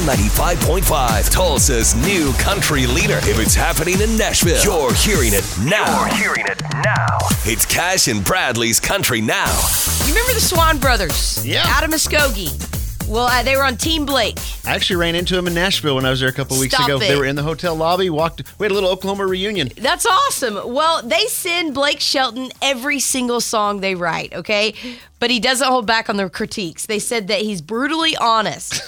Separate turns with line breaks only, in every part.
K95.5, Tulsa's new country leader. If it's happening in Nashville, you're hearing it now.
You're hearing it now.
It's Cash and Bradley's Country Now.
You remember the Swan Brothers?
Yeah.
Out of Muskogee. Well, uh, they were on Team Blake.
I actually ran into him in Nashville when I was there a couple weeks
Stop
ago.
it.
They were in the hotel lobby. Walked. We had a little Oklahoma reunion.
That's awesome. Well, they send Blake Shelton every single song they write, okay? But he doesn't hold back on their critiques. They said that he's brutally honest.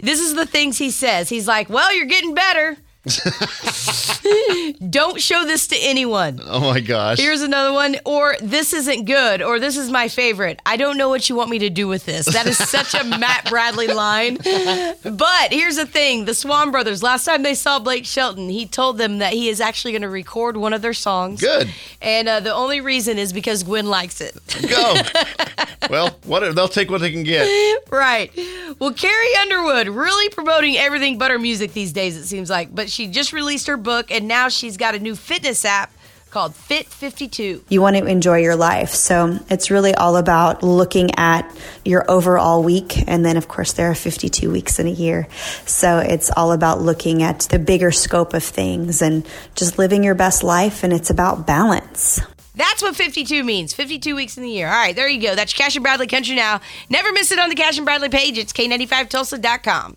this is the things he says. He's like, Well, you're getting better. Don't show this to anyone.
Oh my gosh.
Here's another one. Or this isn't good. Or this is my favorite. I don't know what you want me to do with this. That is such a Matt Bradley line. But here's the thing the Swan Brothers, last time they saw Blake Shelton, he told them that he is actually going to record one of their songs.
Good.
And uh, the only reason is because Gwen likes it.
Go. well, what they'll take what they can get.
right. Well, Carrie Underwood really promoting everything but her music these days, it seems like. But she just released her book, and now she's got a new fitness app called Fit 52.
you want to enjoy your life. So it's really all about looking at your overall week. And then, of course, there are 52 weeks in a year. So it's all about looking at the bigger scope of things and just living your best life. And it's about balance.
That's what 52 means. 52 weeks in the year. All right, there you go. That's your Cash and Bradley Country now. Never miss it on the Cash and Bradley page. It's K95Tulsa.com.